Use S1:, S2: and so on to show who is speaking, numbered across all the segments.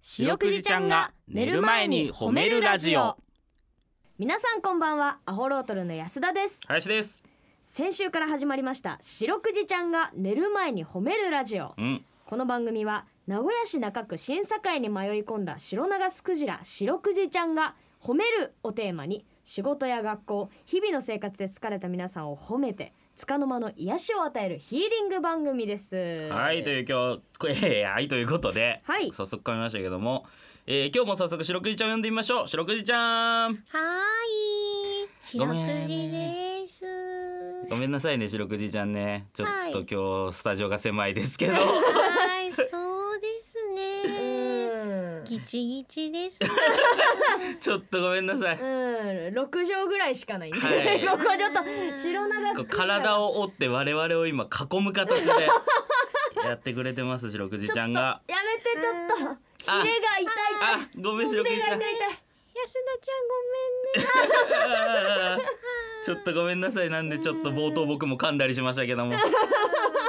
S1: 白くじちゃんが寝る前に褒めるラジオ
S2: 皆さんこんばんはアホロートルの安田です
S1: 林です
S2: 先週から始まりました白くじちゃんが寝る前に褒めるラジオ
S1: うん
S2: この番組は名古屋市中区審査会に迷い込んだ白長スクジラ白くじちゃんが褒めるをテーマに仕事や学校日々の生活で疲れた皆さんを褒めて束の間の癒しを与えるヒーリング番組です
S1: はいという今日こえーはいということで、
S2: はい
S1: 早速噛みましたけども、えー、今日も早速白くじちゃんを呼んでみましょう白くじちゃん
S3: はーい、ひ
S1: ご
S3: ろ
S1: め
S3: く
S1: ん
S3: じ
S1: ね
S3: です。
S1: ごめんなさいね白くじちゃんねちょっ
S3: はい
S1: と今日スタジオが狭いですけ ど、
S3: はい、そうです
S2: う
S3: ね。
S2: ん
S3: ギチギ チです。
S1: ちょっとごめんなさい、
S2: うん、六畳ぐらいしかないね。
S1: はい
S2: ここちょっと白長
S1: こう
S2: す。
S1: 体
S2: を。
S1: を折って我々を今囲む形でやってくれてます白くじちゃん が
S2: やめてちょっと。ヒレが
S1: あ
S2: 痛い痛い。
S1: あごめん白くじ
S2: ヒレ
S1: ち
S2: が
S1: ゃん
S2: 痛い痛い。
S3: 安田ちゃん、
S1: ちょっとごめんなさいなんでちょっと冒頭僕も噛んだりしごめんなさいけど も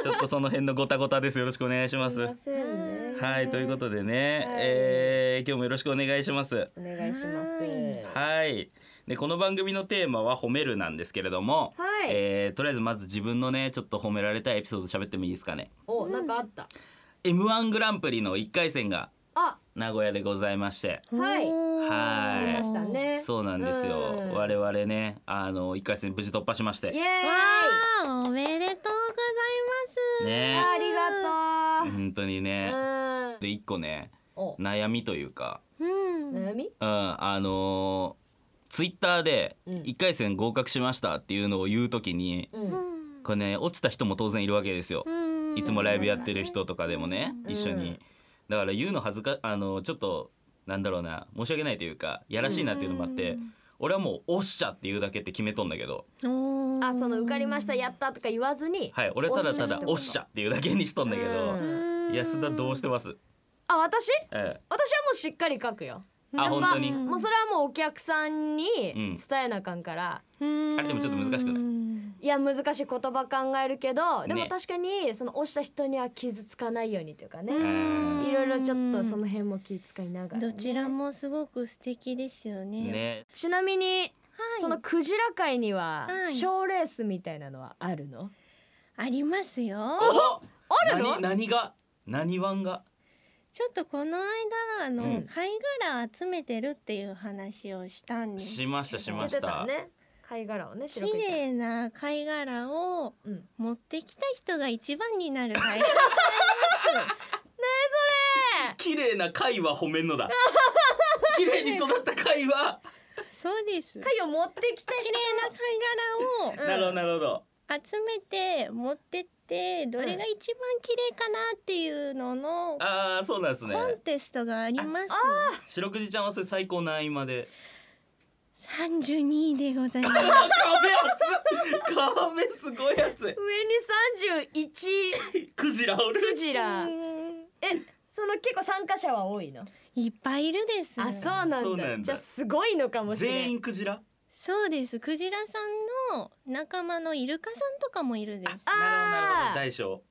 S1: ちょっとその辺のごたごたですよろしくお願いします
S2: すいませんね。
S1: はいということでね、えー今日もよろしくお願いします
S2: お願いします。
S1: はいでこの番組のテーマは褒めるなんですけれども、
S2: はい
S1: えーとりあえずまず自分のねちょっと褒められたいエピソード喋ってもいいですかね
S2: お、なんかあった。
S1: M1 グランプリの1回戦が
S2: あ、
S1: 名古屋でございまして
S3: ご
S2: は
S3: めん
S2: い
S3: ね。。
S1: はい
S2: ありました
S3: わ
S2: ね。
S1: そうなんですよ
S2: うん
S1: 我々ねあの1回戦無事突破しまして
S2: イエー
S1: ね
S2: イ。
S3: あ、おめでとうございます。
S2: ありがとう。
S1: 本当にね、
S2: うん。
S1: で一個ね
S2: お、
S1: 悩みというか、
S3: うん。
S2: 悩み？
S1: うん、あのー、ツイッターで
S2: うん
S1: 1回戦合格しましたっていうのを言うときに、
S2: う。
S3: うんん
S1: これね落ちた人も当然いるわけですよ、
S3: うん
S1: いつもライブやってる人とかでもね、
S2: うん
S1: 一緒にだから言うの恥ずかあのちょっとなんだろうな申し訳ないというかやらしいなっていうのもあって、
S3: うん
S1: 俺はもう「おっしゃ」って言うだけって決めとんだけど、
S3: おー
S2: あ、その受かりましたやったとか言わずに。
S1: はい、俺はただただ「お
S2: お
S1: っ
S2: っ
S1: し
S2: し
S1: ゃ」っていうだけにしとんだけど、
S2: うん
S3: うん
S1: 安田どうしてます、
S2: あ、私？
S1: え
S2: 私はもうしっかり書くよ。
S1: えあ本当に、
S3: うん
S2: もうそれはもうお客さんに
S1: うん
S2: 伝えなあかんから、
S3: うん
S1: あれでもちょっと難しくない
S3: うん
S2: いや難しい言葉考えるけどで
S1: ね
S2: も確かにその押した人には傷つかないようにというかね、
S1: うん
S2: いろいろちょっとその辺も気遣いながらね、
S3: どちらもすごく素敵ですよね。
S1: ね
S2: ちなみに
S3: はい。
S2: そのクジラ界には
S3: はい
S2: 賞、レースみたいなのはあるの
S3: ありますよ。
S1: お
S2: あるの
S1: 何何が何ワンが
S3: ちょっとこの間あの、
S1: うん
S3: 貝殻集めてるっていう話をしたんです
S1: し
S3: けど。
S1: ましたしま
S2: 出
S1: した
S2: てたね貝殻をね
S3: 綺
S2: 白くじちゃん
S3: 麗な貝殻を
S2: うん、ね
S3: 持ってきた人が一番になる貝殻。
S1: 綺麗な貝は褒めんの だ綺麗に育った貝は、
S3: そうです。綺麗
S2: 貝を持ってきた綺
S3: な貝
S2: うん
S1: なるほどなるほど
S3: 殻を集めて持ってってどれが一番綺麗かなっていうのの
S1: ああそうなんですね
S3: コンテストがあります。
S1: 白くじちゃんはそれ最高何位ま で
S3: 三十二でございま
S1: あ
S3: す。
S1: 壁熱っ壁すごい熱い
S2: 上に31
S1: クジラおる
S2: クジ ラ
S3: うん
S2: えその結構参加者は多いの
S3: いっぱいいるです。
S2: あそうなんだ
S1: そうなんだ
S2: じゃあすごいのかもしれない
S1: 全員クジラ
S3: そうです。クジラさんの仲間のイルカさんとかもいるです。
S1: なるほどなるほど
S2: あ
S1: 大小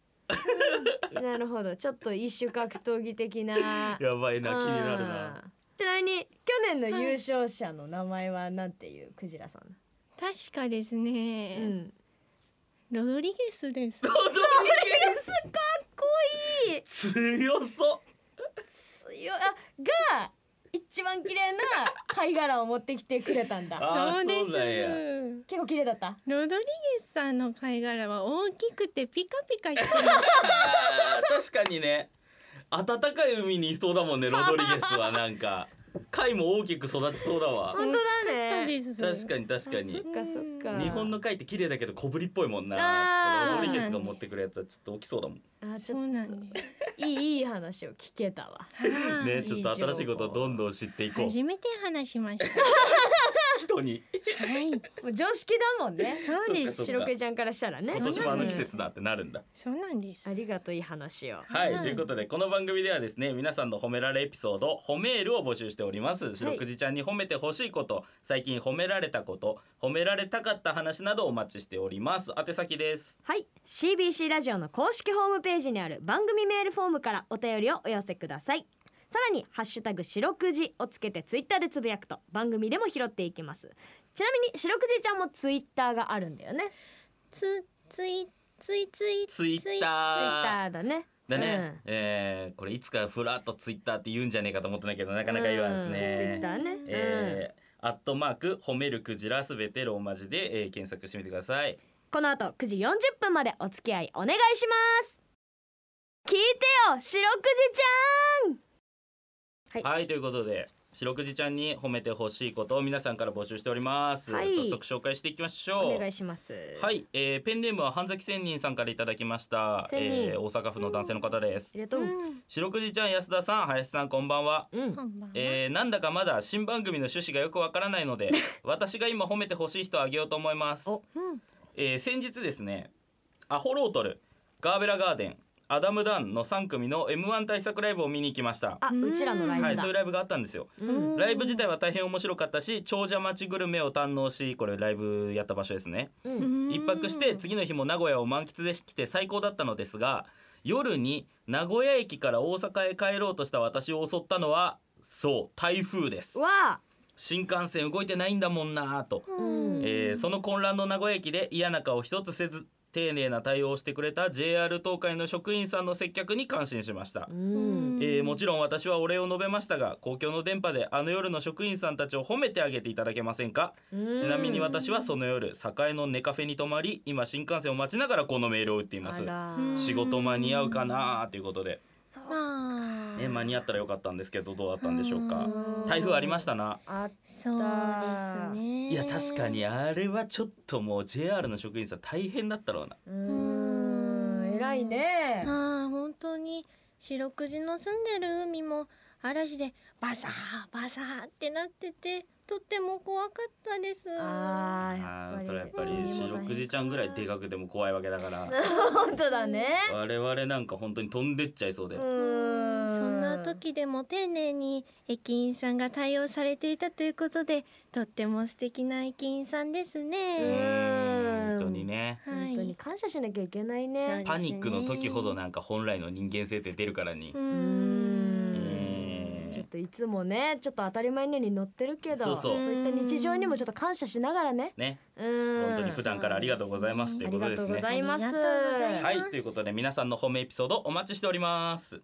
S2: あなるほどちょっと一種格闘技的な
S1: やば いな
S2: うん
S1: 気になるな
S2: ちなみに去年の優勝者の名前はなんていうクジラさん、
S3: 確かです
S2: う
S3: ね、
S2: ん、
S3: ロドリゲ スです。
S1: ロドリゲス
S2: かっこいい
S1: 強そう
S2: 強いあが一番綺麗な貝殻を持ってきてくれたんだ
S1: あー
S3: そうで
S1: そうなん
S3: す。
S2: 結構綺麗だった
S3: ロドリゲスさんの貝殻は大きくてピカピカしてる。
S1: あー確かにね暖かい海にいそうだもんねロドリゲスはなんか貝も大きく育ちそうだわ
S2: 本当だね
S3: 大きかったです。
S1: 確かに確かに
S2: そっかそっか
S1: 日本の貝って綺麗だけど小ぶりっぽいもん
S2: あ
S1: な
S2: ー
S1: ロドリゲスが持ってくるやつはちょっと大きそうだもん
S2: あち
S3: そ
S2: ょ
S3: う
S2: っ
S3: なんです。
S2: といいいい話を聞けたわ
S3: はい
S1: ねちょっと新しいことをどんどん知っていこう
S3: 初めて話しまし
S1: 人に
S3: た。はい。
S2: もう常識だもんね
S3: そう で
S1: そっかそっか
S3: す。
S2: 白くじちゃんからしたらね
S1: 今年もあの季節だってなるんだ
S3: そうなんです
S2: あ。りがとういい話を
S1: はい、
S3: はい
S1: ということでこの番組ではですね皆さんの褒められエピソード褒めールを募集しております白くじちゃんに褒めてほしいこと最近褒められたこと褒められたかった話などお待ちしております宛先です
S2: はい CBC ラジオの公式ホームページにある番組メールフォームからお便りをお寄せくださいさらにハッシュタグ白くじをつけてツイッターでつぶやくと番組でも拾っていきますちなみに白くじちゃんもツイッターがあるんだよね
S3: つついついつい
S1: ツイッ
S2: ツイ
S1: タ
S2: ッ
S1: ー
S2: ターだね
S1: だね、
S2: うん
S1: えーこれいつかふらっとツイッターって言うんじゃねえかと思ったんだけどなかなか言わんです
S2: うんツイッ
S1: ね
S2: タ。ーね、
S1: えーアットマーク褒めるクジラすべてローマ字で、えー検索してみてください。
S2: うんこの後9時40分までお付き合いお願いします聞いてよ白くじちゃん
S1: はいということで白くじちゃんに褒めてほしいことを皆さんから募集しております。
S2: はい
S1: 早速紹介していきましょう。
S2: お願いします
S1: はい、えーペンネームは半崎仙人さんからいただきました。
S2: 仙人
S1: えー大阪府の男性の方です
S2: あ。りがとう、
S3: うん
S1: 白くじちゃん安田さん林さんこんばんは。
S2: うん
S3: こんばんは
S1: えーなんだかまだ新番組の趣旨がよくわからないの で私が今褒めてほしい人をあげようと思います、
S2: お
S3: うん
S1: えー先日ですねアホロートルガーベラガーデンアダムダンの3組の M1 対策ライブを見に行きました
S2: あうちらのライブだ、
S1: はいそういうライブがあったんですよ
S2: うん
S1: ライブ自体は大変面白かったし長者町グルメを堪能しこれライブやった場所ですね
S2: うん
S1: 一泊して次の日も名古屋を満喫できて最高だったのですが夜に名古屋駅から大阪へ帰ろうとした私を襲ったのはそう台風です
S2: わあ
S1: 新幹線動いてないんだもんなぁと、
S2: うん
S1: えーその混乱の名古屋駅で嫌な顔一つせず丁寧な対応をしてくれた JR 東海の職員さんの接客に感心しました
S2: う、ん
S1: えーもちろん私はお礼を述べましたが公共の電波であの夜の職員さんたちを褒めてあげていただけませんかちなみに私はその夜栄のネカフェに泊まり今新幹線を待ちながらこのメールを打っています
S2: あら
S3: うん
S1: 仕事間に合うかなぁということで、
S2: そう
S3: まあ
S1: ね、間に合ったらよかったんですけどどうだったんでしょうか
S3: うん
S1: 台風ありましたな
S2: あ
S3: そうですね
S1: いや確かにあれはちょっともう JR の職員さん大変だったろうな
S2: うーん偉いね
S3: ああ本当に四六時の住んでる海も嵐でバサーバサーってなっててとっても怖かったです。
S2: あー
S1: あ
S2: やっぱ
S1: ー
S2: り
S1: それはやっぱり
S3: うん
S1: 四六時ちゃんぐらいでかくても怖いわけだから
S2: 本当だね
S1: 我々なんか本当に飛んでっちゃいそうで
S2: う
S1: ね
S2: ーん
S3: そんな時でも丁寧に駅員さんが対応されていたということでとっても素敵な駅員さんですね。
S1: 本当にね
S3: はい
S2: 本当に感謝しなきゃいけない
S3: そう
S2: ね
S3: です
S1: パニックの時ほどなんか本来の人間性って出るからに
S3: う
S2: うー
S3: ん
S2: ん
S1: うん
S2: ちょっといつもねちょっと当たり前のように乗ってるけど
S1: そうそう
S2: いった日常にもちょっと感謝しながらね
S1: ね
S2: うーん
S1: 本当に普段からありがとうございますということです
S2: ありがとうござ
S1: ね
S2: います
S3: ありがとうございます
S1: はいということで皆さんの褒めエピソードお待ちしております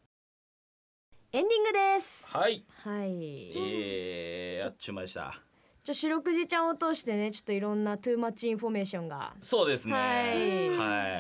S2: エンディングです
S1: はい
S2: はい
S1: えー、あっちゅうまでした
S2: ちょ白くじちゃんを通してねちょっといろんなトゥーマッチインフォメーションが
S1: そうですね
S2: はい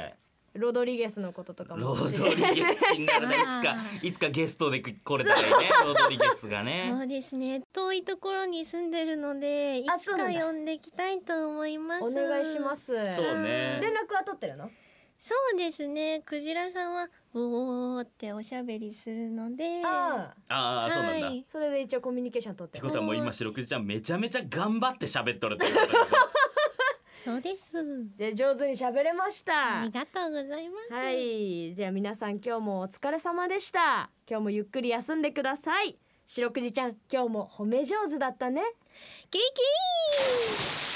S1: はい
S2: ロドリゲスのこととか
S1: ロ
S2: も知
S1: ド
S2: れ
S1: リゲス気になるないつかいつかゲストで来れたらいいねロドリゲスが
S3: そ
S1: ね
S3: うですね遠いところに住んでるのでい
S2: あ
S3: つ
S2: そうな
S3: か
S2: んだ
S3: 呼んできたいと思います。。
S2: お願いしますす
S1: そうね
S2: 連絡は取ってるの
S3: そうですねクジラさんはおーっておしゃべりするので。
S2: ああ
S1: ああそうなんだ、
S3: はい
S2: それで一応コミュニケーション取っ
S1: ってて
S2: る
S1: ことはもう今白くじちゃんめちゃめちゃ頑張って喋っとるってことだよね
S3: そうです。
S2: じゃあ上手に喋れました
S3: ありがとうございます。
S2: はいじゃあ皆さん今日もお疲れ様でした今日もゆっくり休んでください白くじちゃん今日も褒め上手だったね
S3: キキ